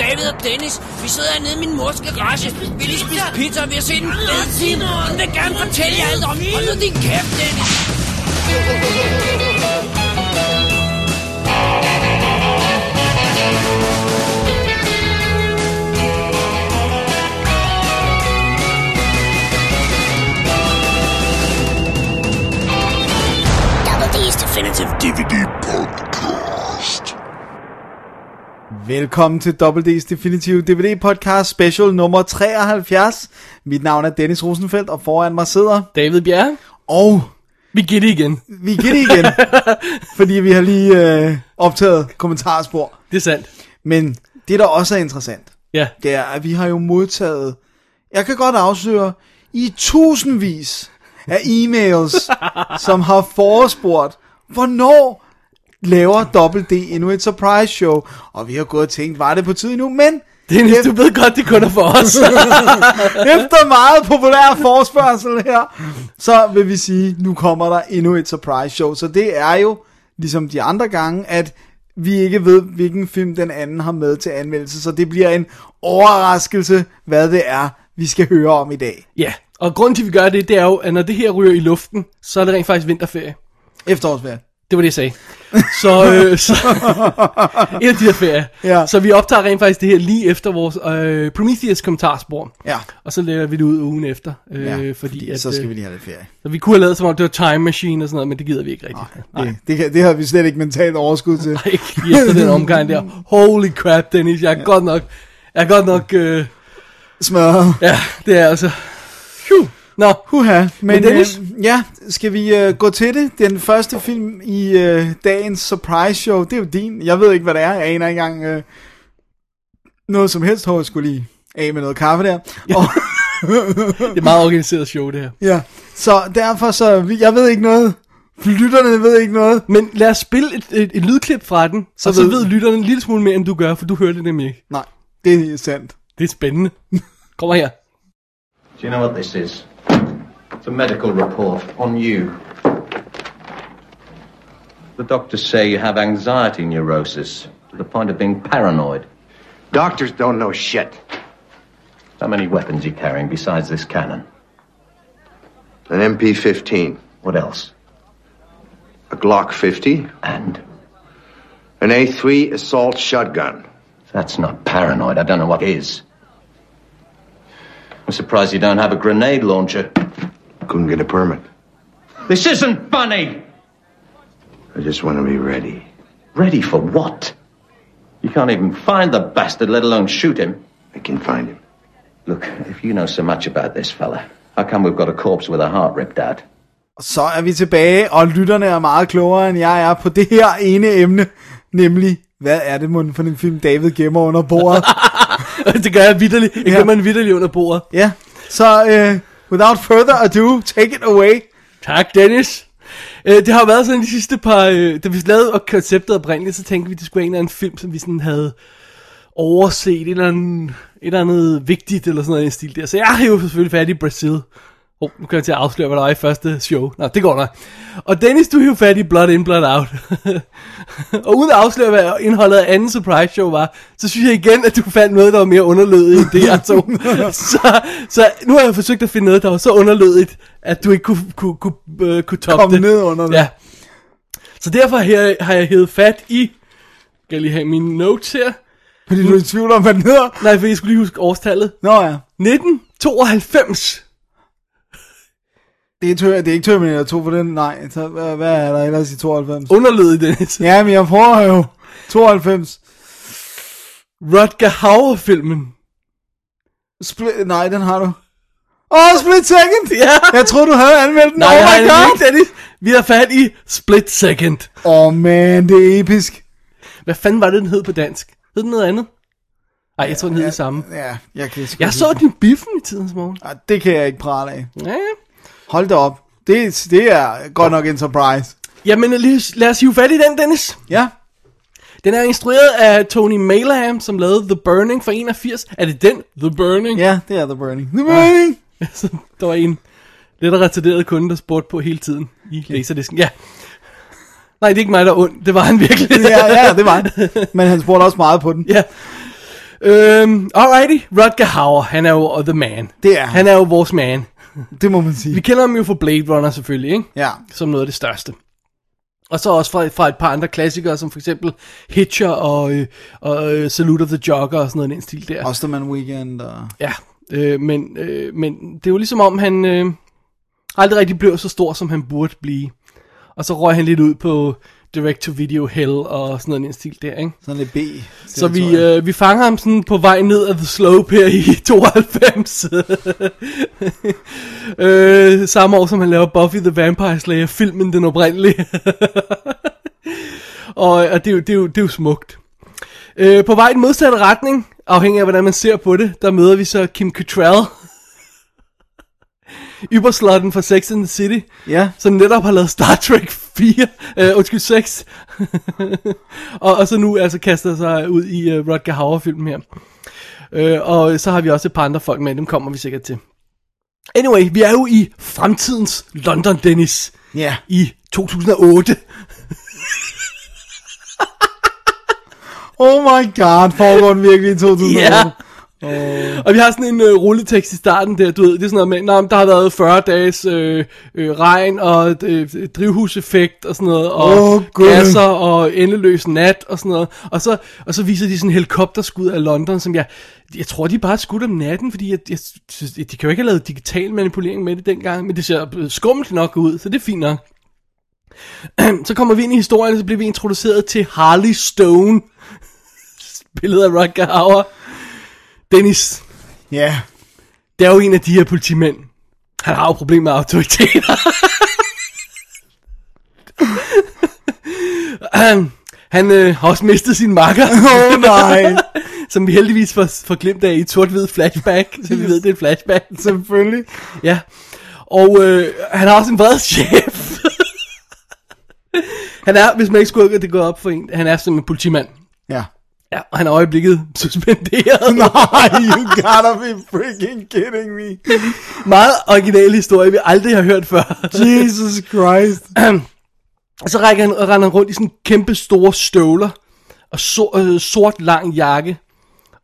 Dennis, vi sidder hernede i min mors garage. Vi lige spise pizza, og vi har set en fed film. Hun vil gerne fortælle jer alt om. Hold nu din kæft, Dennis. Double D's Definitive DVD Velkommen til WD's Definitive DVD Podcast Special nummer 73. Mit navn er Dennis Rosenfeldt, og foran mig sidder... David Bjerre, Og vi giver det igen. vi er det igen, fordi vi har lige øh, optaget kommentarspor. Det er sandt. Men det, der også er interessant, Ja, det er, at vi har jo modtaget... Jeg kan godt afsløre i tusindvis af e-mails, som har forespurgt, hvornår laver WD endnu et surprise show. Og vi har gået og tænkt, var det på tid nu? Men Dennis, du ved godt, det kun er for os. Efter meget populær forspørgsel her, så vil vi sige, nu kommer der endnu et surprise show. Så det er jo, ligesom de andre gange, at vi ikke ved, hvilken film den anden har med til anmeldelse. Så det bliver en overraskelse, hvad det er, vi skal høre om i dag. ja, og grunden til, at vi gør det, det er jo, at når det her ryger i luften, så er det rent faktisk vinterferie. Efterårsvejr. Det var det, jeg sagde. Så, øh, så en af de her ferier. Ja. Så vi optager rent faktisk det her lige efter vores øh, Prometheus kommentarspor. Ja. Og så lægger vi det ud ugen efter. Øh, Ja, fordi, at, så skal vi øh, lige have lidt ferie. så vi kunne have lavet som om, det var Time Machine og sådan noget, men det gider vi ikke rigtigt. Nej. Det, det, kan- det har vi slet ikke mentalt overskud til. Nej, ikke lige efter den omgang der. Holy crap, Dennis, jeg er ja. godt nok... Jeg er godt nok... Øh, Smadret. Ja, det er altså... Phew. Nå, Huha, men, men Dennis? øh, ja, skal vi øh, gå til det? Den første film i øh, dagens surprise show, det er jo din. Jeg ved ikke, hvad det er. Jeg aner ikke engang øh, noget som helst. Hår, jeg skulle lige af med noget kaffe der. Ja. Og, det er meget organiseret show, det her. ja. Så derfor så, vi- jeg ved ikke noget. Lytterne ved ikke noget. Men lad os spille et, et, et lydklip fra den, så, Så og så ved- ved lytterne en lille smule mere, end du gør, for du hører det nemlig ikke. Nej, det er sandt. Det er spændende. Kommer her. Do you know what this is? It's a medical report on you. The doctors say you have anxiety neurosis to the point of being paranoid. Doctors don't know shit. How many weapons are you carrying besides this cannon? An MP 15, What else? a Glock 50, And an A3 assault shotgun. if that's not paranoid. I don't know what is. I'm surprised you don't have a grenade launcher. Couldn't get a permit. This isn't funny! I just want to be ready. Ready for what? You can't even find the bastard, let alone shoot him. I can find him. Look, if you know so much about this fella, how come we've got a corpse with a heart ripped out? Og så er vi tilbage, og lytterne er meget klogere, end jeg er på det her ene emne. Nemlig, hvad er det mon for en film, David gemmer under bordet? det gør jeg vidderligt. Det Ja. gør man vidderligt under bordet. ja, så øh, without further ado, take it away. Tak, Dennis. Øh, det har jo været sådan de sidste par... Øh, da vi lavede og konceptet oprindeligt, så tænkte vi, det skulle være en eller anden film, som vi sådan havde overset. Et eller andet, et eller andet vigtigt eller sådan noget i den stil der. Så jeg er jo selvfølgelig fat i Brazil. Oh, nu kan jeg til at afsløre, hvad der er i første show. Nå, det går nok. Og Dennis, du er jo fat i Blood In, Blood Out. og uden at afsløre, hvad indholdet af anden surprise show var, så synes jeg igen, at du fandt noget, der var mere underlødigt end det, jeg tog. så, så nu har jeg forsøgt at finde noget, der var så underlødigt, at du ikke kunne, kunne, kunne, øh, kunne toppe Kom det. ned under det. Ja. Så derfor her, har jeg hævet fat i... Skal jeg lige have mine notes her? Fordi du er i tvivl om, hvad den hedder. Nej, for jeg skulle lige huske årstallet. Nå ja, 1992. det er, tør, det er ikke Terminator 2 for den, nej. Så, hvad, hvad er der ellers i 92? Underlødigt, Dennis. Ja, men jeg prøver jo. 92. Rutger Hauer-filmen. Split, nej, den har du. Åh, oh, Split Second! Ja. Jeg troede, du havde anmeldt den. oh my det er god! ikke, Dennis. Vi har fat i Split Second. Åh, oh, man, det er episk. Hvad fanden var det, den hed på dansk? Hed den noget andet? Nej, jeg tror, den hed det samme. Ja, jeg kan sgu Jeg ikke- så den i biffen i tidens morgen. Ah, Det kan jeg ikke prale af. Ja, ja. Hold da op. Det, det er godt nok en surprise. Jamen, lige- lad os hive fat i den, Dennis. Ja, Den er instrueret af Tony Malaham, som lavede The Burning fra 81. Er det den? The Burning? ja, det er The Burning. The Burning! Så der var en lidt retarderet kunde, der spurgte på hele tiden i laserdisken. Ja. Nej, det er ikke mig, der er ond. Det var han virkelig. Ja, ja, det var han. Men han spurgte også meget på den. ja. Øhm, alrighty, Rodger Hauer, han er jo uh, the man. Det er han. Han er jo vores man. Det må man sige. Vi kender ham jo fra Blade Runner selvfølgelig, ikke? Ja. Som noget af det største. Og så også fra, fra et par andre klassikere, som for eksempel Hitcher og, øh, og øh, Salute of the Jogger og sådan noget i den stil der. Osterman Weekend og... Ja, øh, men, øh, men det er jo ligesom om, han øh, aldrig rigtig blev så stor, som han burde blive. Og så røg han lidt ud på direct-to-video hell og sådan noget i den stil der, ikke? Sådan lidt B. Så vi, øh, vi fanger ham sådan på vej ned ad The Slope her i 92. øh, samme år som han laver Buffy the Vampire Slayer, filmen den oprindelige. og og det, er jo, det, er jo, det er jo smukt. Øh, på vej i den modsatte retning, afhængig af hvordan man ser på det, der møder vi så Kim Cattrall. Yberslotten fra Sex and the City, Ja. som netop har lavet Star Trek 4, øh, undskyld 6, og, og så nu altså kaster sig ud i øh, Rodger Hauer-filmen her. Øh, og så har vi også et par andre folk med, dem kommer vi sikkert til. Anyway, vi er jo i fremtidens London, Dennis, Ja. i 2008. Oh my god, foregår den virkelig i 2008? Ja. Og vi har sådan en øh, rulletekst i starten der, du ved, det er sådan noget med, "Nå, men der har været 40 dages øh, øh, regn og øh, drivhuseffekt og sådan noget, og Åh, Gud. gasser og endeløs nat og sådan noget. Og så, og så viser de sådan en helikopterskud af London, som jeg, jeg tror de bare er skudt om natten, fordi jeg, jeg synes, de kan jo ikke have lavet digital manipulering med det dengang, men det ser øh, skummelt nok ud, så det er fint nok. så kommer vi ind i historien, og så bliver vi introduceret til Harley Stone, spillet af Rutger Hauer. Dennis, Ja. det er jo en af de her politimænd. Han har jo problemer med autoriteter. han han øh, har også mistet sin makker. Åh oh, nej, som vi heldigvis får, får glemt af i et sort-hvid flashback. så vi ved, det er en flashback. selvfølgelig. Ja. Og øh, han har også en vred chef. han er, hvis man ikke skulle have det gået op for en, han er som en politimand. Ja. Ja, og han er i øjeblikket suspenderet. Nej, you gotta be freaking kidding me. Meget original historie, vi aldrig har hørt før. Jesus Christ. Og så rækker han, render han rundt i sådan kæmpe store støvler og so, øh, sort lang jakke.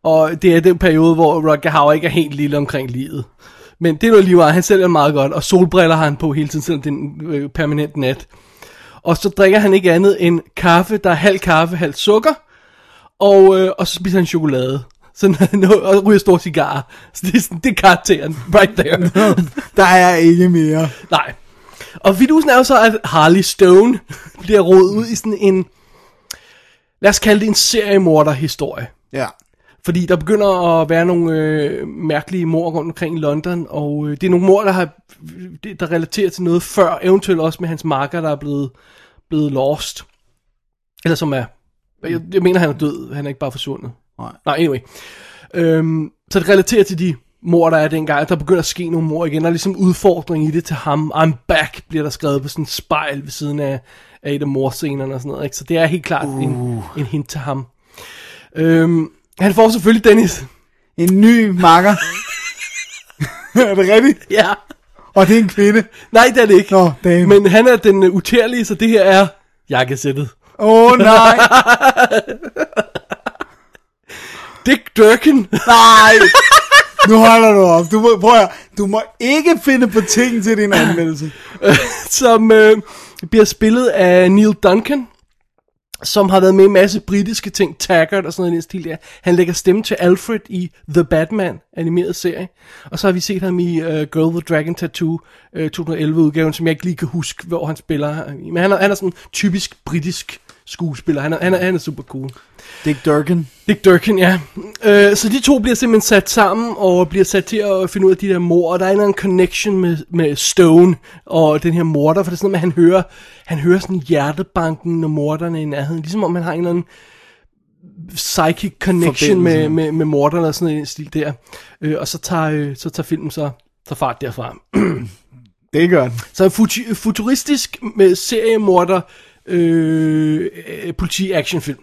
Og det er den periode, hvor Rodger Hauer ikke er helt lille omkring livet. Men det er noget livet, han sælger meget godt, og solbriller har han på hele tiden, selvom det er en øh, permanent nat. Og så drikker han ikke andet end kaffe, der er halv kaffe, halv sukker, og, øh, og så spiser han chokolade. Sådan, og ryger store cigarer. Så det er, sådan, det er karakteren, right there. Der er ikke mere. Nej. Og vidusen er jo så, at Harley Stone bliver rodet ud i sådan en, lad os kalde det en seriemorder-historie. Ja. Fordi der begynder at være nogle øh, mærkelige mor rundt omkring i London, og øh, det er nogle mor, der, har, der relaterer til noget før, eventuelt også med hans marker, der er blevet, blevet lost. Eller som er, jeg, jeg mener, han er død, han er ikke bare forsvundet. Nej. Nej, anyway. Øhm, så det relaterer til de mor, der er dengang, der begynder at ske nogle mor igen, og ligesom udfordring i det til ham. I'm back, bliver der skrevet på sådan en spejl ved siden af, af et af morscenerne og sådan noget. Ikke? Så det er helt klart uh. en, en hint til ham. Øhm, han får selvfølgelig Dennis. En ny makker. er det rigtigt? Ja. Og det er en kvinde. Nej, det er det ikke. Nå, damn. Men han er den uh, utærlige, så det her er jakkesættet. Åh oh, nej. Dick Durkin. Nej. Nu holder du op. Du må, prøv at, høre. du må ikke finde på ting til din anmeldelse. som øh, bliver spillet af Neil Duncan, som har været med i en masse britiske ting, Taggart og sådan noget i den stil der. Han lægger stemme til Alfred i The Batman, animeret serie. Og så har vi set ham i uh, Girl with Dragon Tattoo, uh, 2011-udgaven, som jeg ikke lige kan huske, hvor han spiller. Men han er, han er sådan typisk britisk skuespiller. Han er, han er, han er super cool. Dick Durkin. Dick Durkin, ja. Øh, så de to bliver simpelthen sat sammen, og bliver sat til at finde ud af de der mor, og der er en eller anden connection med, med Stone og den her morder, for det er sådan noget med, at han hører, han hører sådan hjertebanken, når morderne er i nærheden, ligesom om han har en eller anden psychic connection med, Forbindelse. med, med morderne og sådan noget i den stil der. Øh, og så tager, øh, så tager filmen så, så fart derfra. Det gør den. Så en futu- futuristisk med seriemorder øh, øh, politi-actionfilm.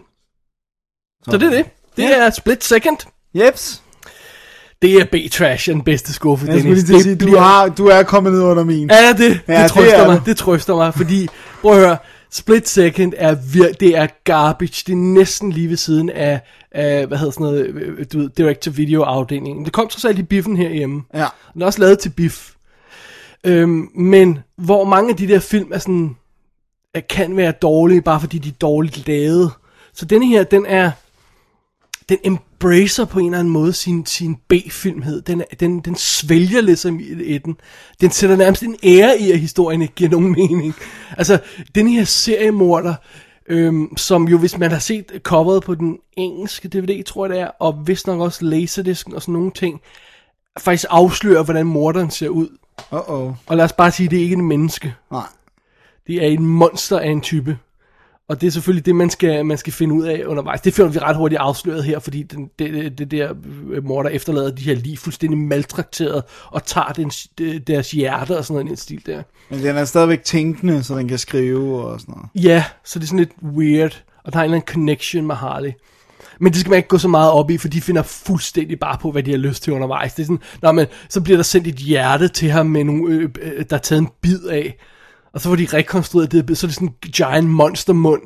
Så det er det. Det Ja. er Split Second. Jeps. Det er B-Trash, er den bedste skuffe, Jeg skulle Dennis. lige til at Det sige, du, bliver- har, du er kommet ned under min. Er det? Ja, det det trøster er mig. du. Det trøster mig, fordi... Prøv at høre. Split Second er vir- det er garbage. Det er næsten lige ved siden af, af hvad hedder sådan noget, øh, du ved, director video afdelingen. Det kom trods alt i biffen herhjemme. Ja. Den er også lavet til biff. Øhm, men hvor mange af de der film er sådan, er, kan være dårlige, bare fordi de er dårligt lavet. Så denne her, den er, den embracer på en eller anden måde sin, sin B-filmhed. Den, er- den, den svælger lidt som i i den. Den sætter nærmest en ære i, at historien ikke giver nogen mening. Altså, den her seriemorder, øhm, som jo, hvis man har set coveret på den engelske DVD, tror jeg det er, og vist nok også Laserdisken og sådan nogle ting, faktisk afslører, hvordan morderen ser ud. Uh-oh. Og lad os bare sige, det er ikke en menneske. Nej. Det er en monster af en type. Og det er selvfølgelig det, man skal, man skal finde ud af undervejs. Det finder vi ret hurtigt afsløret her, fordi den, det, det, det der øh, morder efterlader de her lige fuldstændig maltrakteret og tager den, de- deres hjerte og sådan noget i den stil der. Men den er stadigvæk tænkende, så den kan skrive og sådan noget. Ja, så det er sådan lidt weird, og der er en eller anden connection med Harley. Men det skal man ikke gå så meget op i, for de finder fuldstændig bare på, hvad de har lyst til undervejs. Det er sådan, nå, men så bliver der sendt et hjerte til ham, med nogle, øh, øh, der er taget en bid af. Og så får de rekonstrueret det, så er det sådan en giant monster mund.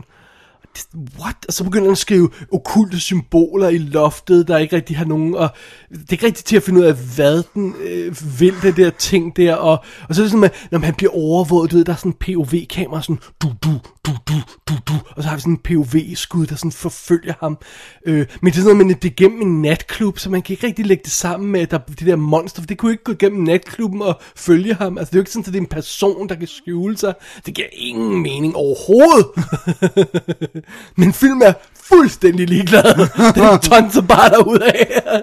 What? Og så begynder han at skrive okulte symboler i loftet, der ikke rigtig har nogen, og det er ikke rigtig til at finde ud af, hvad den øh, vil, det der ting der, og, og så er det sådan, at når man bliver overvåget, du ved, der er sådan en POV-kamera, sådan du, du, du, du, du, du, og så har vi sådan en POV-skud, der sådan forfølger ham, øh, men det er sådan noget, men det er gennem en natklub, så man kan ikke rigtig lægge det sammen med, at der, det der monster, for det kunne ikke gå gennem natklubben og følge ham, altså det er jo ikke sådan, at det er en person, der kan skjule sig, det giver ingen mening overhovedet. Men film er fuldstændig ligeglad. Den tonser bare derudad.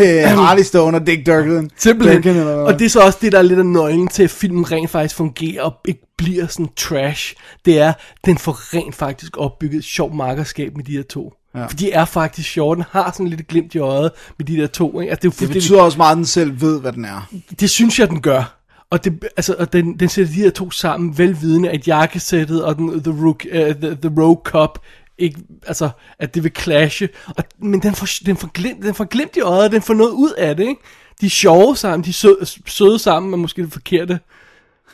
Øh, Harley Stone og Dick Durkin. Durkin Simpelthen. eller hvad? Og det er så også det, der er lidt af nøglen til, at filmen rent faktisk fungerer og ikke bliver sådan trash. Det er, den får rent faktisk opbygget et sjovt markerskab med de her to. Ja. For de er faktisk sjove. Den har sådan lidt glimt i øjet med de der to. Ikke? Altså, det, er jo det fuldstændig- betyder også meget, at den selv ved, hvad den er. det synes jeg, den gør. Og, det, altså, og den, den sætter de her to sammen, velvidende, at jakkesættet og den, the, rook, uh, the, the Rogue Cup, ikke, altså, at det vil clashe. Og, men den får, den, får glemt, den får glemt i øjet, og den får noget ud af det, ikke? De er sjove sammen, de er søde, søde sammen, er måske det forkerte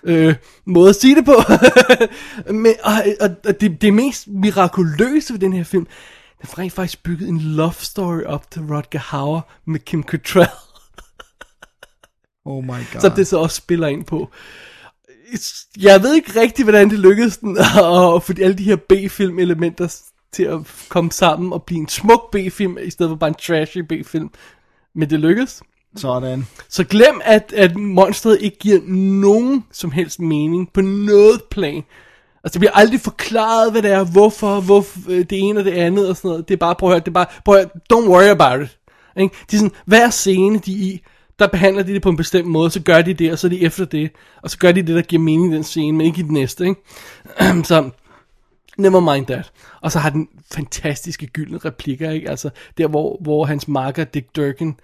øh, måde at sige det på. men, og, og, og det, det mest mirakuløse ved den her film, den får rent faktisk bygget en love story op til Rodger Hauer med Kim Cattrall Oh my god. som det så også spiller ind på. Jeg ved ikke rigtig, hvordan det lykkedes den at få alle de her B-film-elementer til at komme sammen og blive en smuk B-film, i stedet for bare en trashy B-film. Men det lykkedes. Sådan. Så glem, at, at monstret ikke giver nogen som helst mening på noget plan. Altså, det bliver aldrig forklaret, hvad det er, hvorfor, hvorfor øh, det ene og det andet og sådan noget. Det er bare, prøv at høre, det er bare, prøv at høre, don't worry about it. Ikke? De er sådan, hver scene, de er i, der behandler de det på en bestemt måde, så gør de det, og så er de efter det, og så gør de det, der giver mening i den scene, men ikke i den næste, ikke? så, Never mind that. Og så har den fantastiske gyldne replikker, ikke? Altså, der hvor, hvor hans marker, Dick Durkin,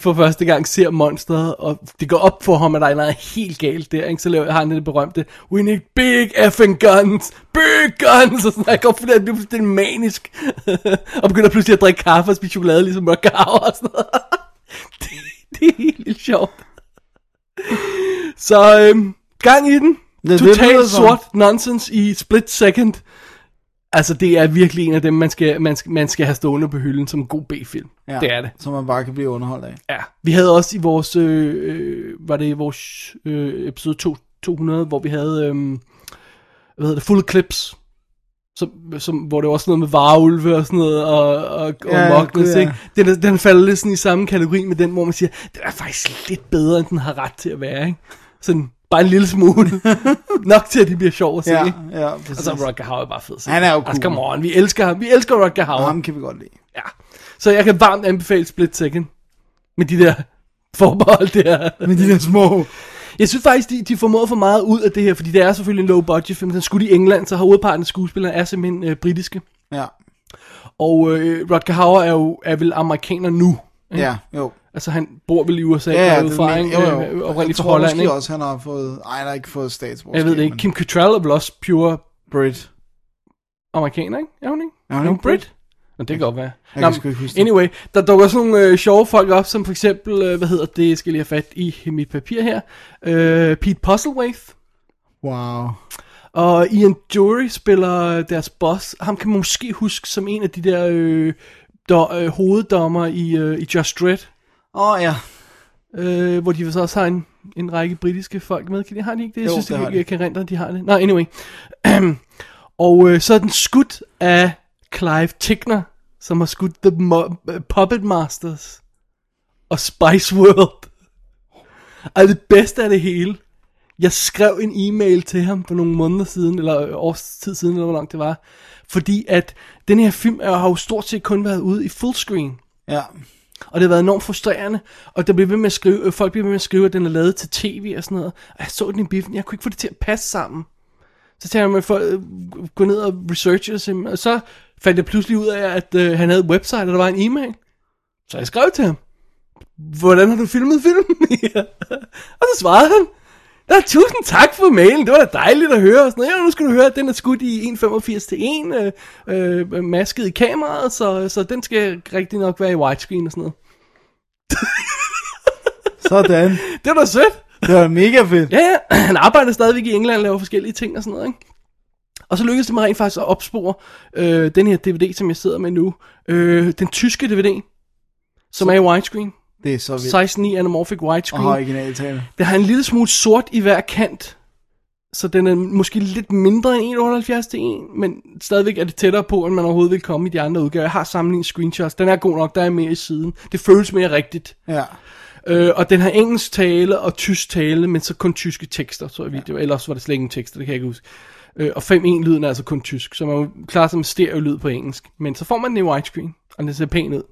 for første gang ser monstret, og det går op for ham, at der er noget helt galt der, ikke? Så laver, har han det berømte, we need big effing guns, big guns, og sådan, jeg går for det, bliver fuldstændig manisk, og begynder pludselig at drikke kaffe og spise chokolade, ligesom Rakao og sådan noget. det, det er helt vildt sjovt. Så øhm, gang i den. det lyder Totalt sådan. sort nonsense i split second. Altså, det er virkelig en af dem, man skal, man skal, man skal have stående på hylden som en god B-film. Ja. Det er det. Som man bare kan blive underholdt af. Ja, vi havde også i vores, øh, øh, var det i vores øh, episode 2, 200, hvor vi havde, øh, hvad hedder det, Full Clips, som, som, hvor det var også noget med varulve og sådan noget, og, og, Ja, og Moknes, gud, ja. ikke? Den, er- den falder lidt sådan i samme kategori med den, hvor man siger, den er faktisk lidt bedre, end den har ret til at være, ikke? Sådan, bare en lille smule. Nok til, at det bliver sjovt at se, Ja, ikke? ja, Og præcis. så er Rodger Hauer bare fed. Han er jo Altså, cool. come on, vi elsker ham. Vi elsker Rodger Og Hauer. ham kan vi godt lide. Ja. Så jeg kan varmt anbefale Split Second. Med de der forbehold der. Men de der små... Jeg synes faktisk, de, de formåede for meget ud af det her, fordi det er selvfølgelig en low budget film. Den er skudt i England, så hovedparten af skuespillerne er simpelthen øh, britiske. Ja, Og øh, Rodger Hauer er jo er vel amerikaner nu. ja, jo. Altså han bor vel i USA, Ja, ja, går jeg ud det fra, mener- jo, ikke? jo. Øh, oprindeligt Jeg fra tror Holland, måske ikke? også, han har fået... Ej, han har ikke fået statsborgerskab. Jeg ved det ikke. Kim Cattrall er vel også pure Brit. amerikaner, ikke? Er hun ikke? Er hun Er hun ikke Brit? Brit? Nå, det kan godt være. kan Nå, sgu ikke huske det. anyway, der dukker sådan nogle øh, sjove folk op, som for eksempel, øh, hvad hedder det, jeg skal lige have fat i mit papir her, øh, Pete Puzzlewaith, Wow. Og Ian Jury spiller øh, deres boss. Ham kan man måske huske som en af de der øh, do, øh, hoveddommer i, øh, i Just Dredd. Åh oh, ja. Øh, hvor de så også har en, en række britiske folk med. Kan de, har de ikke det? Jeg Jo, synes, det det har jeg, de. jeg kan rente, de har det. Nå, anyway. og øh, så er den skudt af Clive Tickner, som har skudt The Mo- Puppet Masters og Spice World. Og det bedste af det hele, jeg skrev en e-mail til ham for nogle måneder siden, eller års tid siden, eller hvor langt det var, fordi at den her film er- har jo stort set kun været ude i fullscreen. Ja. Og det har været enormt frustrerende. Og der blev ved med at skrive, øh, folk blev ved med at skrive, at den er lavet til tv og sådan noget. Og jeg så den i biffen, jeg kunne ikke få det til at passe sammen. Så tager jeg med for at øh, gå ned og researche det simpelthen. Og så fandt jeg pludselig ud af, at øh, han havde et website, og der var en e-mail. Så jeg skrev til ham. Hvordan har du filmet filmen? Ja. og så svarede han. Der er tusind tak for mailen, det var da dejligt at høre. Og sådan noget. Ja, nu skal du høre, at den er skudt i 1,85 til 1, øh, øh, masket i kameraet, så, så den skal rigtig nok være i widescreen og sådan noget. Sådan. Det var da sødt. Det var mega fedt. Ja, ja, han arbejder stadigvæk i England og laver forskellige ting og sådan noget, ikke? Og så lykkedes det mig rent faktisk at opspore øh, den her DVD, som jeg sidder med nu. Øh, den tyske DVD, som er i widescreen. Det er så vildt. 16.9 anamorphic Og widescreen. har original tale. Der har en lille smule sort i hver kant. Så den er måske lidt mindre end 178 til 1, men stadigvæk er det tættere på, end man overhovedet vil komme i de andre udgaver. Jeg har sammenlignet screenshots. Den er god nok, der er mere i siden. Det føles mere rigtigt. Ja. Øh, og den har engelsk tale og tysk tale, men så kun tyske tekster, så jeg video. Ellers var det slet ingen tekster, det kan jeg ikke huske. Øh, og 5.1-lyden er altså kun tysk, så man må klare sig med stereo-lyd på engelsk. Men så får man den i widescreen, og den ser pæn ud.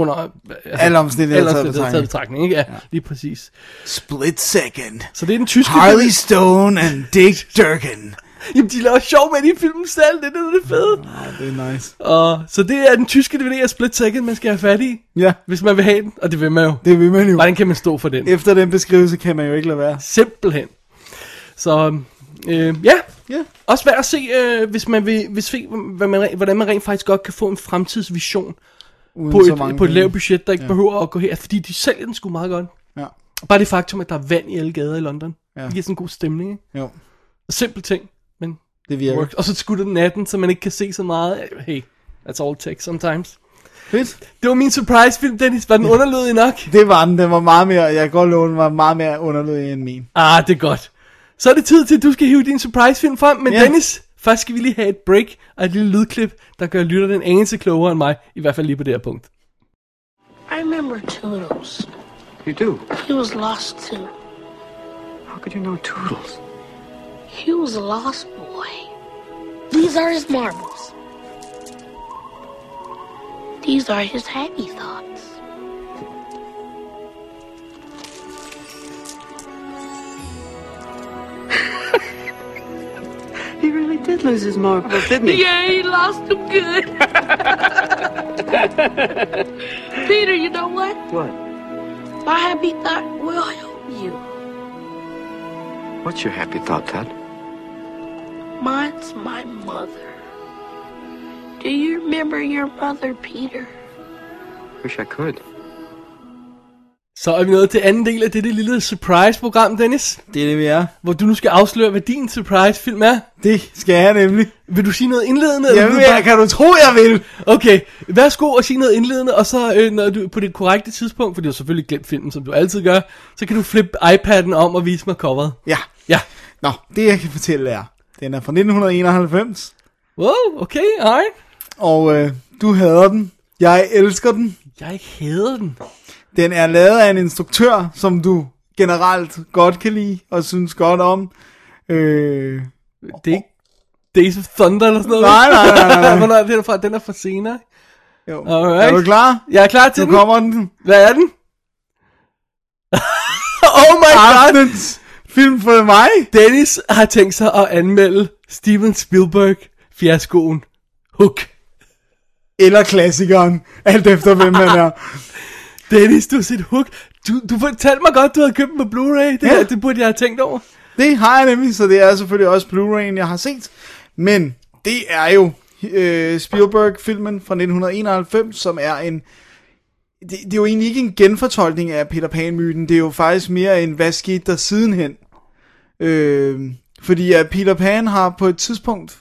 Under altså, Alle omstændigheder alle taget i omstændigheder taget i betragtning. betragtning. Ikke? Ja, ja, lige præcis. Split second. Så det er den tyske... Harley Stone and Dick Durkin. Jamen, de laver sjov med det i filmen selv, det er det, der er det fede. Oh, det er nice. Og, så det er den tyske DVD af Split Second, man skal have fat i, Ja, hvis man vil have den. Og det vil man jo. det vil man jo. Hvordan kan man stå for den? Efter den beskrivelse kan man jo ikke lade være. Simpelthen. Så øh, ja. Ja. Også værd at se, øh, hvis man vil hvis se, hvad man, re- hvordan man rent faktisk godt kan få en fremtidsvision Uden på så et, mange på et penge. lavt budget, der ikke ja. behøver at gå her. Fordi de sælger den sgu meget godt. Ja. Bare det faktum, at der er vand i alle gader i London. Ja. Ja. Det giver sådan en god stemning. Ikke? Jo, Simpel ting, men det virker. works. Og så skudt den natten, så man ikke kan se så meget. Hey, that's all tech sometimes. Fedt. Det var min surprise film, Dennis. Var den underlødig nok? Det var den. Den var meget mere, jeg kan godt love, den var meget mere underlødig end min. Ah, det er godt. Så er det tid til, at du skal hive din surprisefilm frem. Men Ja. yeah. Dennis, først skal vi lige have et break og et lille lydklip, der gør lytteren en anelse klogere end mig. I hvert fald lige på det her punkt. I remember Toodles. You do? He was lost too. How could you know Toodles? He was a lost boy. These are his marbles. These are his happy thoughts. He really did lose his marbles, didn't he? Yeah, he lost them good. Peter, you know what? What? My happy thought will help you. What's your happy thought, Todd? Mine's my mother. Do you remember your mother, Peter? Wish I could. Så er vi nået til anden del af dette lille surprise-program, Dennis. Det er det, vi er. Hvor du nu skal afsløre, hvad din surprise-film er. Det skal jeg nemlig. Vil du sige noget indledende? eller Jamen, vil du jeg, kan du tro, jeg vil? Okay, værsgo og sige noget indledende, og så øh, når du på det korrekte tidspunkt, for du har selvfølgelig glemt filmen, som du altid gør, så kan du flippe iPad'en om og vise mig coveret. Ja. Ja. Nå, det jeg kan fortælle er, den er fra 1991, Wow, okay, alright. og øh, du hader den. Jeg elsker den. Jeg hader den. Den er lavet af en instruktør, som du generelt godt kan lide og synes godt om. Øh, Det er ikke Days of Thunder eller sådan noget? Nej, nej, nej, nej, nej. Hvornår er den fra? Den er fra senere. jo. Alright. Er du klar? Jeg er klar til Nu den. kommer den. Hvad er den? oh my god. Aftenens film for mig. Dennis har tænkt sig at anmelde Steven Spielberg fiaskoen Hook. Eller klassikeren, alt efter hvem man er. Dennis, du har set Hook. Du, du fortalte mig godt, du havde købt den på Blu-ray. Det, Ja. ja. det burde jeg have tænkt over. Det har jeg nemlig, så det er selvfølgelig også Blu-ray'en, jeg har set. Men det er jo øh, Spielberg-filmen fra 1991, som er en... Det, det er jo egentlig ikke en genfortolkning af Peter Pan-myten, det er jo faktisk mere en, hvad skete der sidenhen? Øh, Fordi uh, Peter Pan har på et tidspunkt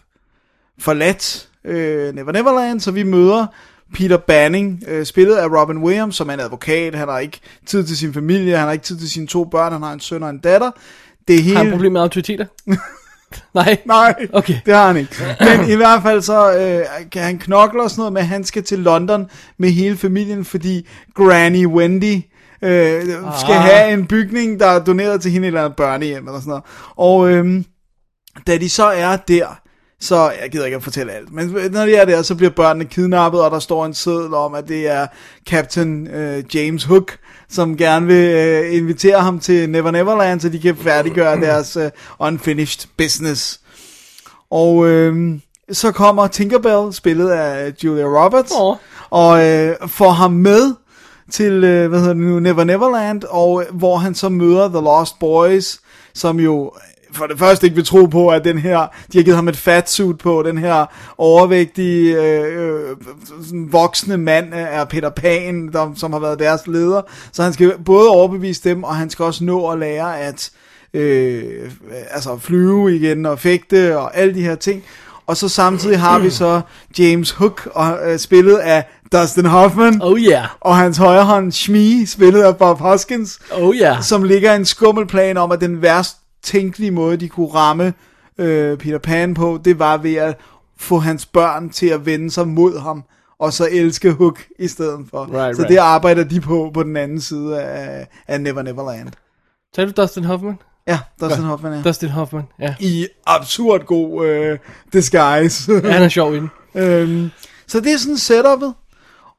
forladt øh, Never Neverland, så vi møder Peter Banning, øh, spillet af Robin Williams, som er en advokat. Han har ikke tid til sin familie, han har ikke tid til sine to børn, han har en søn og en datter. Det er Har han hele... problemer med autoriteter? Nej. Nej, Okay. det har han ikke. Men i hvert fald så øh, kan han knokle og sådan noget, men han skal til London med hele familien, fordi Granny Wendy øh, skal Ah. have en bygning, der er doneret til hende i et eller andet børnehjem eller sådan noget. Og øh, da de så er der, så jeg gider ikke at fortælle alt, men når de er der, så bliver børnene kidnappet, og der står en seddel om, at det er Captain øh, James Hook, som gerne vil øh, invitere ham til Never Neverland, så de kan færdiggøre deres øh, unfinished business. Og øh, så kommer Tinkerbell, spillet af Julia Roberts, Åh. og øh, får ham med til, øh, hvad hedder det nu, Never Neverland, og øh, hvor han så møder The Lost Boys, som jo øh, for det første ikke vil tro på, at den her, de har givet ham et fatsuit på, den her overvægtige, øh, øh, sådan voksne mand øh, er Peter Pan, der, som har været deres leder, så han skal både overbevise dem, og han skal også nå at lære at øh, altså flyve igen, og fægte, og alle de her ting, og så samtidig har vi så James Hook, og, øh, spillet af Dustin Hoffman, Oh yeah. og hans højre hånd, Shmi, spillet af Bob Hoskins, Oh yeah. som ligger en skummel plan om, at den værst tænkelige måde, de kunne ramme øh, Peter Pan på, det var ved at få hans børn til at vende sig mod ham, og så elske Hook i stedet for. Right, så right. det arbejder de på, på den anden side af, af Never Neverland. Tager du Dustin Hoffman? Ja, Dustin Hoffman er. Dustin Hoffman, ja. I absurd god øh, disguise. ja. Han er sjov i den. Øhm, så det er sådan setupet.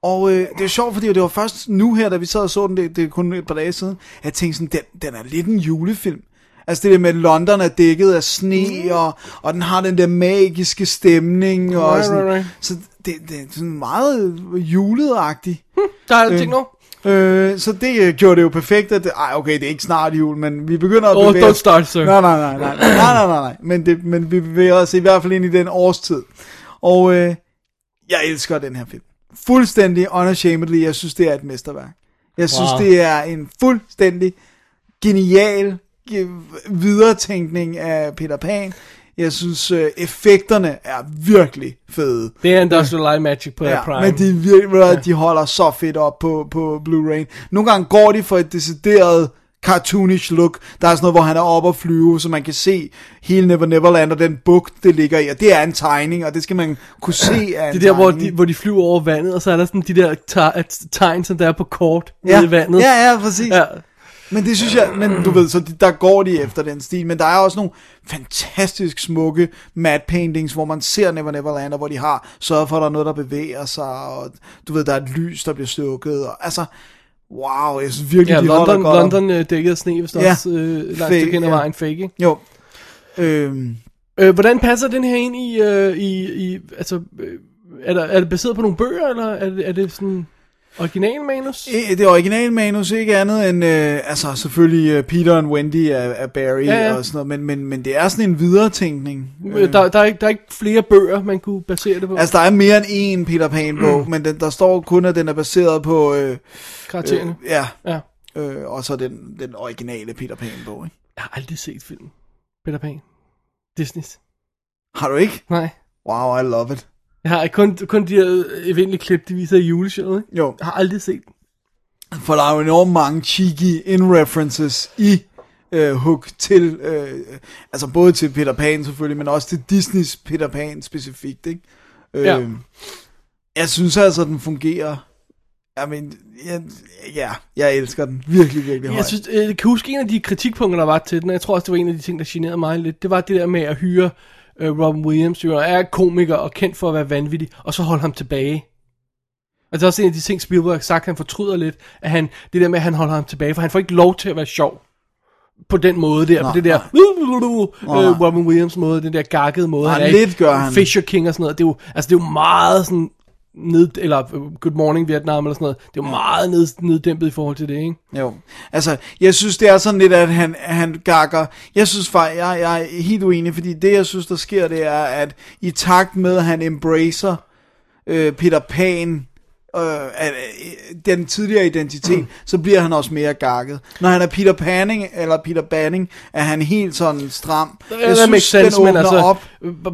Og øh, det er sjovt, fordi det var først nu her, da vi sad og så den, det, det er kun et par dage siden, at jeg tænkte sådan, den, den er lidt en julefilm. Altså det der med, at London er dækket af Mm. sne, og, og den har den der magiske stemning. Og Right, sådan, right, right. Så det, det er sådan meget juleagtigt. Der er ting nu. Øh, så det øh, gjorde det jo perfekt, at, ej okay, det er ikke snart jul, men vi begynder at Oh, bevæge don't os- start, sir. Nej, nej, nej, nej, nej, nej, nej, nej. Men, det, men vi bevæger os i hvert fald ind i den årstid. Og øh, jeg elsker den her film. Fuldstændig unashamedly, jeg synes, det er et mesterværk. Jeg synes, Wow. det er en fuldstændig genial ge- videretænkning af Peter Pan. Jeg synes, øh, effekterne er virkelig fede. Det er en Dustin Light Magic på ja, Prime. men de, er virkelig, ja. de holder så fedt op på, på Blu-ray. Nogle gange går de for et decideret cartoonish look. Der er sådan noget, hvor han er oppe og flyve, så man kan se hele Never Neverland og den bugt, det ligger i. Og det er en tegning, og det skal man kunne se af en Det er der, hvor de, tegning. hvor de flyver over vandet, og så er der sådan de der te- tegn, som der er på kort ja. ja. nede i vandet. Ja, ja, præcis. ja. Ja. Men det synes jeg, men du ved, så de- der går de efter den stil, men der er også nogle fantastisk smukke matte paintings, hvor man ser Never Neverland, og hvor de har sørget for, at der er noget, der bevæger sig, og du ved, der er et lys, der bliver slukket, og altså, wow, jeg synes virkelig, Ja, de London, holder godt. om- London øh, dækkede af sne, hvis der Ja. også øh, langt Fake, stykke hen ad ja. vejen fake, ikke? Jo. Øhm, Øh, hvordan passer den her ind i, øh, i, i altså, øh, er, der, er det baseret på nogle bøger, eller er det, er det sådan original manus? i- det originale manus, ikke andet end, øh, altså selvfølgelig øh, Peter og Wendy er, er Barry Ja, ja, ja. ja. og sådan noget, men, men, men det er sådan en videretænkning. Øh, der, der, er ikke, der er ikke flere bøger, man kunne basere det på, altså, Altså, der er mere end én Peter Pan-bog, men den, der står kun, at den er baseret på... Øh, karaktererne. øh, Øh, ja, ja. øh, og så den, den originale Peter Pan-bog, ikke? Jeg har aldrig set filmen. Peter Pan. Disney's. Har du ikke? Nej. Wow, I love it. Jeg har kun, kun de her øh, eventlige klip, de viser i juleshowet, ikke? Jo, Jeg har aldrig set den. for der er jo enormt mange cheeky in-references i øh, Hook til, øh, altså både til Peter Pan selvfølgelig, men også til Disneys Peter Pan specifikt, ikke? Øh, Ja. Jeg synes altså, den fungerer. I mean, jeg, ja, jeg elsker den virkelig, virkelig Jeg højt. synes, øh, jeg kan huske en af de kritikpunkter, der var til den, og jeg tror også, det var en af de ting, der generede mig lidt, det var det der med at hyre øh, Robin Williams, der er komiker og kendt for at være vanvittig, og så holde ham tilbage. Og det er også en af de ting, Spielberg har sagt, han fortryder lidt, at han, det der med, at han holder ham tilbage, for han får ikke lov til at være sjov. På den måde der, Nej, på det der nej. øh, nej. Robin Williams måde, den der gakkede måde. Nej, er i. lidt gør han. Fisher King og sådan noget, det er jo, altså det er jo meget sådan, ned, eller øh, Good Morning Vietnam eller sådan noget, det er jo meget ned, neddæmpet i forhold til det, ikke? Jo, altså, jeg synes, det er sådan lidt, at han, han gakker. Jeg synes faktisk, jeg, jeg er helt uenig, fordi det, jeg synes, der sker, det er, at i takt med, at han embracer øh, Peter Pan øh, at, øh, den tidligere Mm. identitet, så bliver han også mere gakket. Når han er Peter Panning, eller Peter Banning, er han helt sådan stram. Jeg synes, makes sense, men altså, op.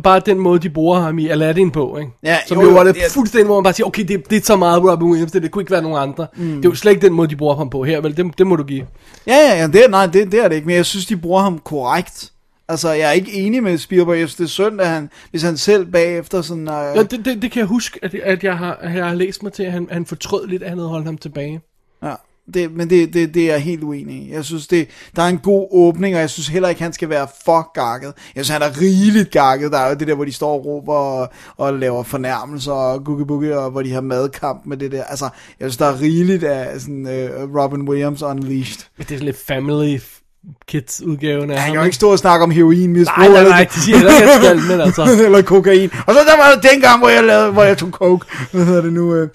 bare den måde, de bruger ham i Aladdin på, ikke? Ja, Som jo, jo, jo, var det det er- fuldstændig, hvor man bare siger, okay, det, det er så meget Robin Williams, det, det kunne ikke være nogen andre. Mm. Det er jo slet ikke den måde, de bruger ham på her, vel? Det, det må du give. Ja, ja, ja, det, nej, det, det er det ikke, men jeg synes, de bruger ham korrekt. Altså, jeg er ikke enig med Spielberg, jeg synes, det er synd, at han, hvis han selv bagefter sådan... Øh, Ja, det, det, det kan jeg huske, at, at, jeg, har, at jeg har læst mig til, at han, han fortrød lidt, at han havde holdt ham tilbage. Ja, det, men det, det, det er jeg helt uenig i. Jeg synes, det, der er en god åbning, og jeg synes heller ikke, han skal være for gakket. Jeg synes, han er rigeligt gakket. Der er jo det der, hvor de står og råber og, og laver fornærmelser og googie og hvor de har madkamp med det der. Altså, jeg synes, der er rigeligt af sådan, øh, Robin Williams Unleashed. Men det er sådan lidt family kids udgaven af Han ham. kan jo ikke ikke? stå og snakke om heroin, misbrug, Nej, nej, eller- nej, de siger heller ikke, at han skal, men altså... eller kokain. Og så der var det dengang, hvor jeg, lavede, hvor jeg tog coke. Hvad hedder det nu? øh?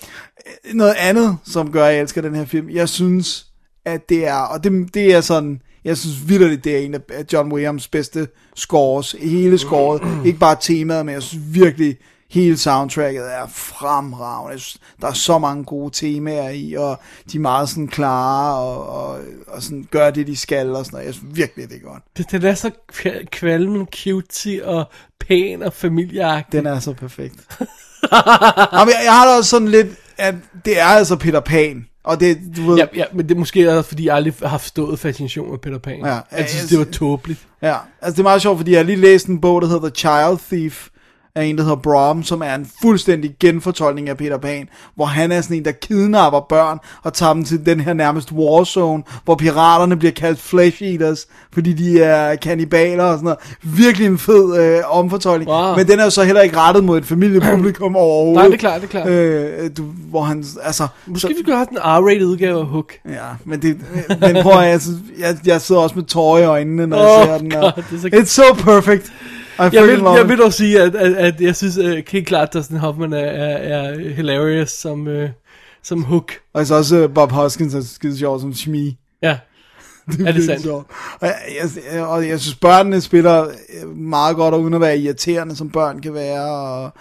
Noget andet, som gør, at jeg elsker den her film. Jeg synes, at det er, og det, det er sådan, jeg synes vidderligt, det er en af John Williams bedste scores. Hele scoret. Ikke bare temaet, men jeg synes virkelig, hele soundtracket er fremragende. Jeg synes, der er så mange gode temaer i, og de er meget sådan klare, og, og, og sådan gør det, de skal, og sådan noget. Jeg synes virkelig, det er godt. Det, den er så kva- kvalmen, cutie og pæn og familieagtig. Den er så perfekt. Jamen, jeg, jeg har da også sådan lidt, at det er altså Peter Pan, og det, du ved, Ja, ja, men det er måske også, fordi jeg aldrig har forstået fascination med Peter Pan. Ja, Ja, jeg synes, jeg- det var tåbeligt. ja, altså det er meget sjovt, fordi jeg har lige læst en bog, der hedder The Child Thief, af en, der hedder Brom, som er en fuldstændig genfortolkning af Peter Pan, hvor han er sådan en, der kidnapper børn og tager dem til den her nærmest warzone, hvor piraterne bliver kaldt flesh eaters, fordi de er kannibaler og sådan noget. Virkelig en fed øh, omfortolkning. Wow. Men den er jo så heller ikke rettet mod et familiepublikum overhovedet. Nej, det er klart, det er klart. Øh, du, hvor han, altså... Måske vi skulle have haft en R-rated udgave af Hook. Ja, men, det, men prøv at jeg, synes- jeg, jeg sidder også med tårer i øjnene, når Åh, jeg ser den. Og God, det er så- It's so perfect. I Jeg freaking vil, love jeg it. vil dog sige, at, at, at jeg synes uh, helt klart, at Dustin Hoffman er, er, er hilarious som, uh, som Hook. Og så også øh, Bob Hoskins er skide sjov som Shmi. Ja, er det virkelig sandt? sjovt. Og jeg, jeg, og jeg synes, børnene spiller øh, meget godt, og uden at være irriterende, som børn kan være, og,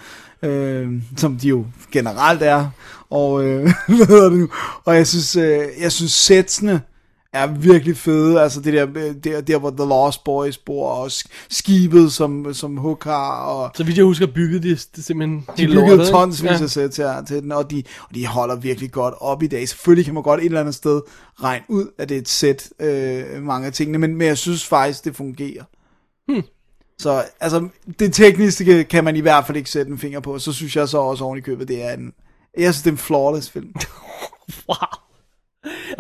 øh, som de jo generelt er. Og, øh, hvad hedder det nu? og jeg synes, øh, jeg synes sætsene er virkelig fede. Altså det der, øh, der, der hvor The Lost Boys bor, og sk- skibet, som, som Hook har, og Så vidt jeg husker, byggede de det simpelthen de helt byggede lortet, ikke? tonsvis Ja. af sæt til, til den, og de, og de holder virkelig godt op i dag. Selvfølgelig kan man godt et eller andet sted regne ud, at det er et sæt, øh, mange af tingene, men, men jeg synes faktisk, det fungerer. Hmm. Så altså, det tekniske kan man i hvert fald ikke sætte en finger på, så synes jeg så også oven i købet, det er en, jeg synes, det er en flawless film. Wow.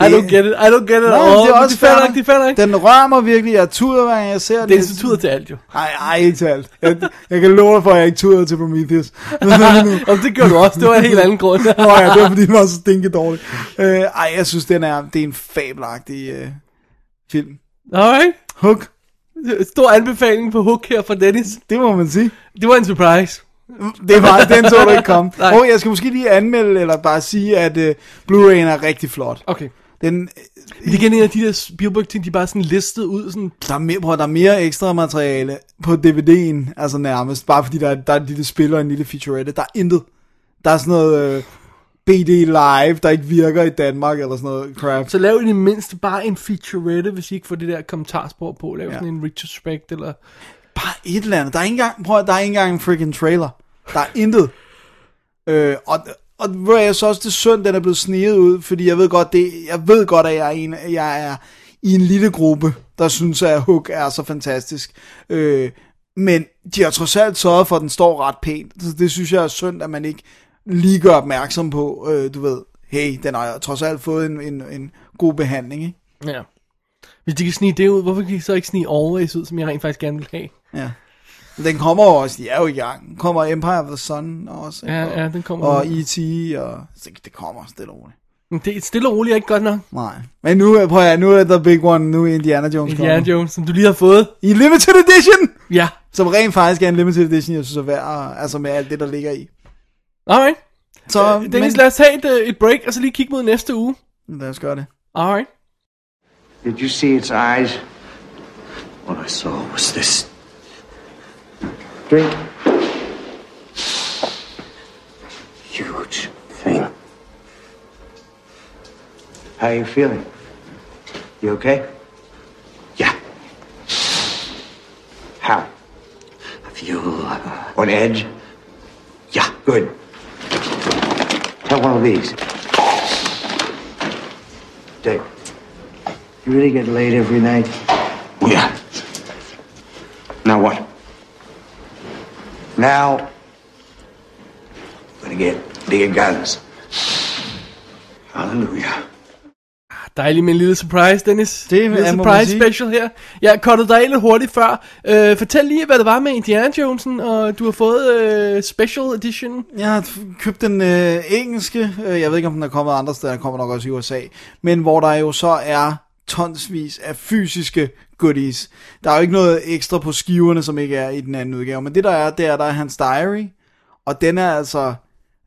I don't get it, I don't get it at all. men Men det er fair fair nok, det er fair nok. Den rører mig virkelig, jeg tuder, hver gang jeg ser den. Det er instituttet til alt jo. Nej, nej, ikke til alt. Jeg, jeg kan love dig for, at jeg ikke tuder til Prometheus. Og det gjorde du også, det var en helt anden grund. Nå ja, det var fordi den var så stinke dårlig. Øh, ej, jeg synes, den er, det er en fabelagtig øh, film. Alright. Hook, Stor anbefaling på Hook her fra Dennis. det må man sige. Det var en surprise. Det var, den så du ikke komme. Nej. Og jeg skal måske lige anmelde, eller bare sige, at øh, Blu-ray'en er rigtig flot. Okay. Den, Det er igen en af de der Spielberg-ting, de bare sådan listet ud sådan... der, er mere, prøv, at- der er mere ekstra materiale på DVD'en, altså nærmest, bare fordi der, er- der er et lille spil og en lille featurette. Der er intet. Der er sådan noget øh, BD Live, der ikke virker i Danmark, eller sådan noget crap. Så lav i det mindste bare en featurette, hvis I ikke får det der kommentarspor på. Lav Ja. ja. sådan en retrospect eller... Bare et eller andet. Der er ikke engang, prøv, at- der er ikke engang en freaking trailer. Der er intet. Øh, og, og ved du hvad, jeg så også det er synd, den er blevet sneget ud, fordi jeg ved godt, det, jeg ved godt at jeg er, en, jeg er i en lille gruppe, der synes, at Hook er så fantastisk. Øh, men de har trods alt sørget for, at den står ret pænt. Så det synes jeg er synd, at man ikke lige gør opmærksom på, øh, du ved, hey, den har trods alt fået en, en, en god behandling, ikke? Ja. Hvis de kan snige det ud, hvorfor kan de så ikke snige Always ud, som jeg rent faktisk gerne vil have? Ja. Men Den kommer jo også, de er jo i gang. Kommer Empire of the Sun også. ikke? Ja, og, ja, den kommer Og nu. E.T. og... Så det kommer stille og roligt. Men det er stille og roligt er ikke godt nok. Nej. Men nu, er- prøv at høre, nu er der big one, nu er Indiana Jones Indiana kommer. Jones, som du lige har fået. I limited edition! Ja. Som rent faktisk er en limited edition, jeg synes er værd, altså med alt det, der ligger i. Alright. Så, Øh, Dennis, lad os tage et, øh, et break, og så lige kigge mod næste uge. lad os gøre det. Alright. Did you see its eyes? What I saw was this. Drink. Huge thing. How you feeling? You okay? Yeah. How? I feel uh, on edge. Yeah, good. Have one of these. Dick, you really get laid every night? Oh, Yeah. Now what? Now, gonna get bigger guns. Hallelujah. Dejligt med en lille surprise, Dennis. Det en er, må lille man surprise sige. special her. Jeg kottede dig lidt hurtigt før. Øh, fortæl lige, hvad det var med Indiana Jonesen, og du har fået øh, special edition. Jeg har f- købt den øh, engelske, øh, jeg ved ikke om den er kommet andre steder, den kommer nok også i USA, men hvor der jo så er tonsvis af fysiske goodies. Der er jo ikke noget ekstra på skiverne, som ikke er i den anden udgave, men det der er, det er, der er hans diary, og den er altså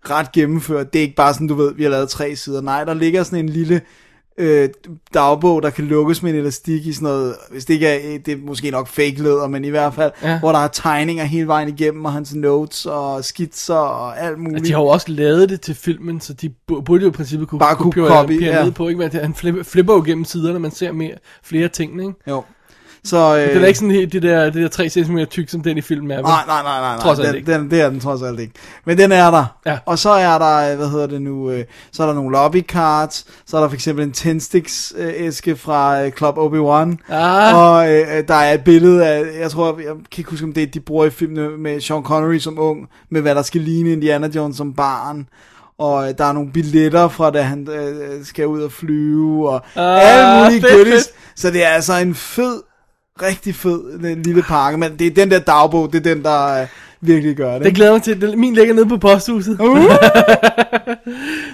ret gennemført. Det er ikke bare sådan, du ved, vi har lavet tre sider. Nej, der ligger sådan en lille øh, dagbog, der kan lukkes med en elastik i sådan noget, hvis det ikke er, det er måske nok fake læder, men i hvert fald, ja. Ja. hvor der er tegninger hele vejen igennem, og hans notes og skitser og alt muligt. Altså, de har jo også lavet det til filmen, så de bu- burde jo i princippet kunne Bare kunne kopiere- copy, kopiere ja. ned på, ikke? Men det- han flipper, flipper jo gennem siderne, man ser mere, flere ting, ikke? jo. Så, øh, Det er da ikke sådan helt det der, det der 3 cm tyk, som den i filmen er. vel? Nej, nej, nej, nej. nej. Trods alt den, ikke. Den, det er den trods alt ikke. Men den er der. Ja. Og så er der, øh, hvad hedder det nu, øh, så er der nogle lobbycards, så er der for eksempel en 10-sticks øh, æske fra øh, Club Obi-Wan, Ah. og øh, øh, der er et billede af, jeg tror, jeg kan ikke huske, om det er, de bruger i filmen med Sean Connery som ung, med hvad der skal ligne Indiana Jones som barn. Og øh, der er nogle billetter fra, da han øh, skal ud og flyve, og Ah, alle mulige fedt, goodies. fedt. Så det er altså en fed rigtig fed den lille pakke, men det er den der dagbog, det er den, der øh, virkelig gør det. Det glæder jeg mig til. Den- Min ligger nede på posthuset. Uh!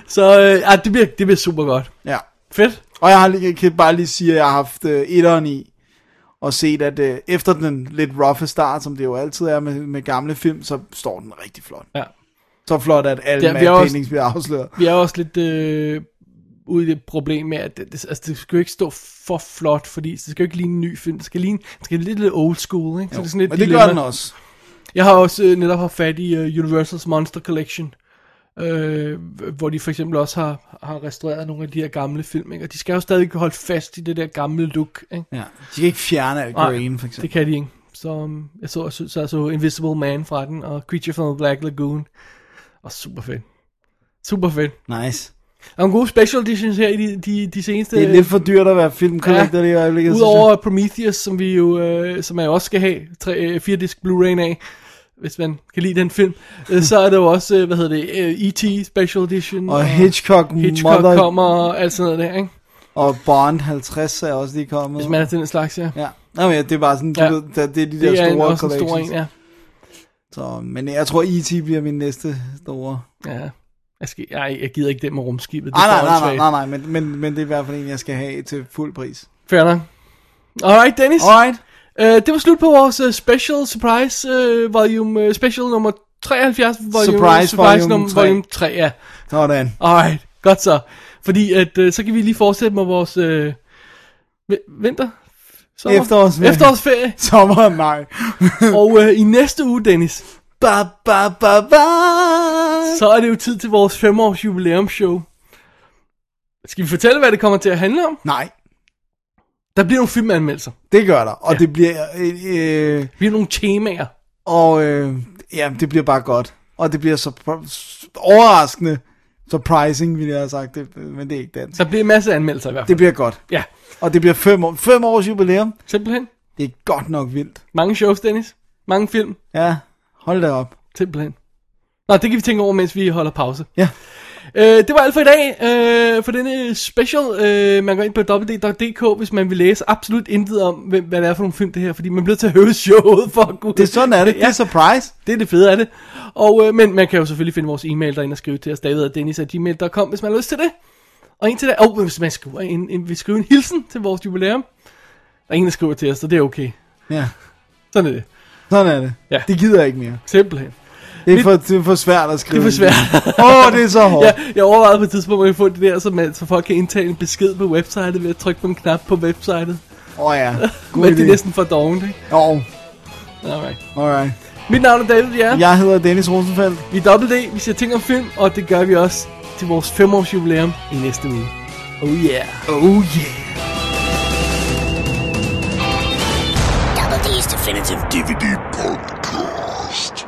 Så øh, ah, det, bliver, det bliver super godt. ja. Fedt. Og jeg, har, lige- jeg kan bare lige sige, at jeg har haft øh, etteren i, og set, at øh, efter den lidt roughe start, som det jo altid er med, med gamle film, så står den rigtig flot. Ja. Så flot, at alle Ja, ja, vi har også- Mad bliver afsløret. Vi er også lidt øh, ude i det problem med, at det, det, altså, det skal jo ikke stå for flot, fordi det skal jo ikke ligne en ny film. Det skal ligne, det skal lidt, lidt old school, ikke? Så det er sådan lidt Men det dilemma. gør den også. Jeg har også øh, netop haft fat i øh, Universal's Monster Collection, øh, hvor de for eksempel også har, har restaureret nogle af de her gamle film, ikke? Og de skal jo stadig holde fast i det der gamle look, ikke? Ja. De kan ikke fjerne Al Nej, Green, for eksempel. Det kan de ikke. Så um, jeg så, så, så, så Invisible Man fra den, og Creature from the Black Lagoon. Og super fedt. Super fedt. Nice. Der er nogle gode special editions her i de, de, de seneste... øh, Det er lidt for dyrt at være filmkollektor ja. i øjeblikket. synes jeg. Udover Prometheus, som vi jo øh, som jeg også skal have tre, øh, fire disk Blu-ray af, hvis man kan lide den film, øh, så er der jo også, øh, hvad hedder det, øh, E.T. Special Edition. Og Hitchcock, Hitchcock Mother kommer og alt sådan noget der, ikke? og Bond 50 er også lige kommet. Hvis man er til den slags, ja. Ja. Nå, men ja, det er bare sådan, du ja. Ja. ved, det, det er de der Det er en, store også en stor collections. en, ja. Så, men jeg tror, E.T. bliver min næste store. ja. Jeg, skal, jeg, jeg gider ikke det med rumskibet. Det Ej, nej, er for nej, nej, åndssvagt. nej, nej, men, men, men det er i hvert fald en, jeg skal have til fuld pris. Fair nok. Alright, Dennis. Alright. Uh, det var slut på vores uh, special surprise uh, volume, uh, special nummer 73, volume, Surprise volume nummer- tre. volume 3, ja. Sådan. Alright, godt så. Fordi at, uh, så kan vi lige fortsætte med vores uh, vinter. Sommer? Efterårsferie. Efterårsferie. Sommer, nej. Og uh, i næste uge, Dennis, ba, ba, ba, ba. så er det jo tid til vores 5-års jubilæumsshow. Skal vi fortælle, hvad det kommer til at handle om? Nej, Der bliver nogle filmanmeldelser. det gør der. Og ja. det bliver... Øh, øh, Der bliver nogle temaer. og øh, ja, det bliver bare godt. Og det bliver så overraskende. Surprising, ville jeg have sagt. Det, men det er ikke dansk. Der bliver en masse anmeldelser i hvert fald. Det bliver godt. Ja, Og det bliver fem, år, fem års jubilæum. simpelthen. Det er godt nok vildt. Mange shows, Dennis. Mange film. Ja, hold da op. Simpelthen. Nå, det kan vi tænke over, mens vi holder pause. Ja. Øh, det var alt for i dag. Øh, for denne special. Øh, man går ind på www.dk, hvis man vil læse absolut intet om, hvem, hvad det er for nogle film, det her. Fordi man bliver til at høre showet for at kunne... Det er sådan er det. Det er surprise. Det er det fede af det. Og, øh, men man kan jo selvfølgelig finde vores e-mail derinde og skrive til os, David og Dennis at gmail.com, hvis man har lyst til det. Og indtil da, oh, hvis man skriver en, en, vil skrive en hilsen til vores jubilæum. Der er ingen, der skriver til os, så det er okay. Ja, Sådan er det. sådan er det. Ja. Det gider jeg ikke mere. Simpelthen. Det er, Mit- for, det er for svært at Det skrive. er for svært. Åh, oh, det er så hårdt. Ja, jeg overvejede på et tidspunkt, at jeg få det der, så, man, så folk kan indtale en besked på websitet ved at trykke på en knap på websitet. Åh oh, ja, god Men det er idé. næsten for dovent, ikke? Åh, oh, Alright. alright. Mit navn er David, ja. Jeg hedder Dennis Rosenfeldt. Vi er dobbelt D, vi ser ting om film, og det gør vi også til vores 5 års jubilæum i næste uge. Oh yeah. Oh yeah. Double D's Definitive DVD Podcast.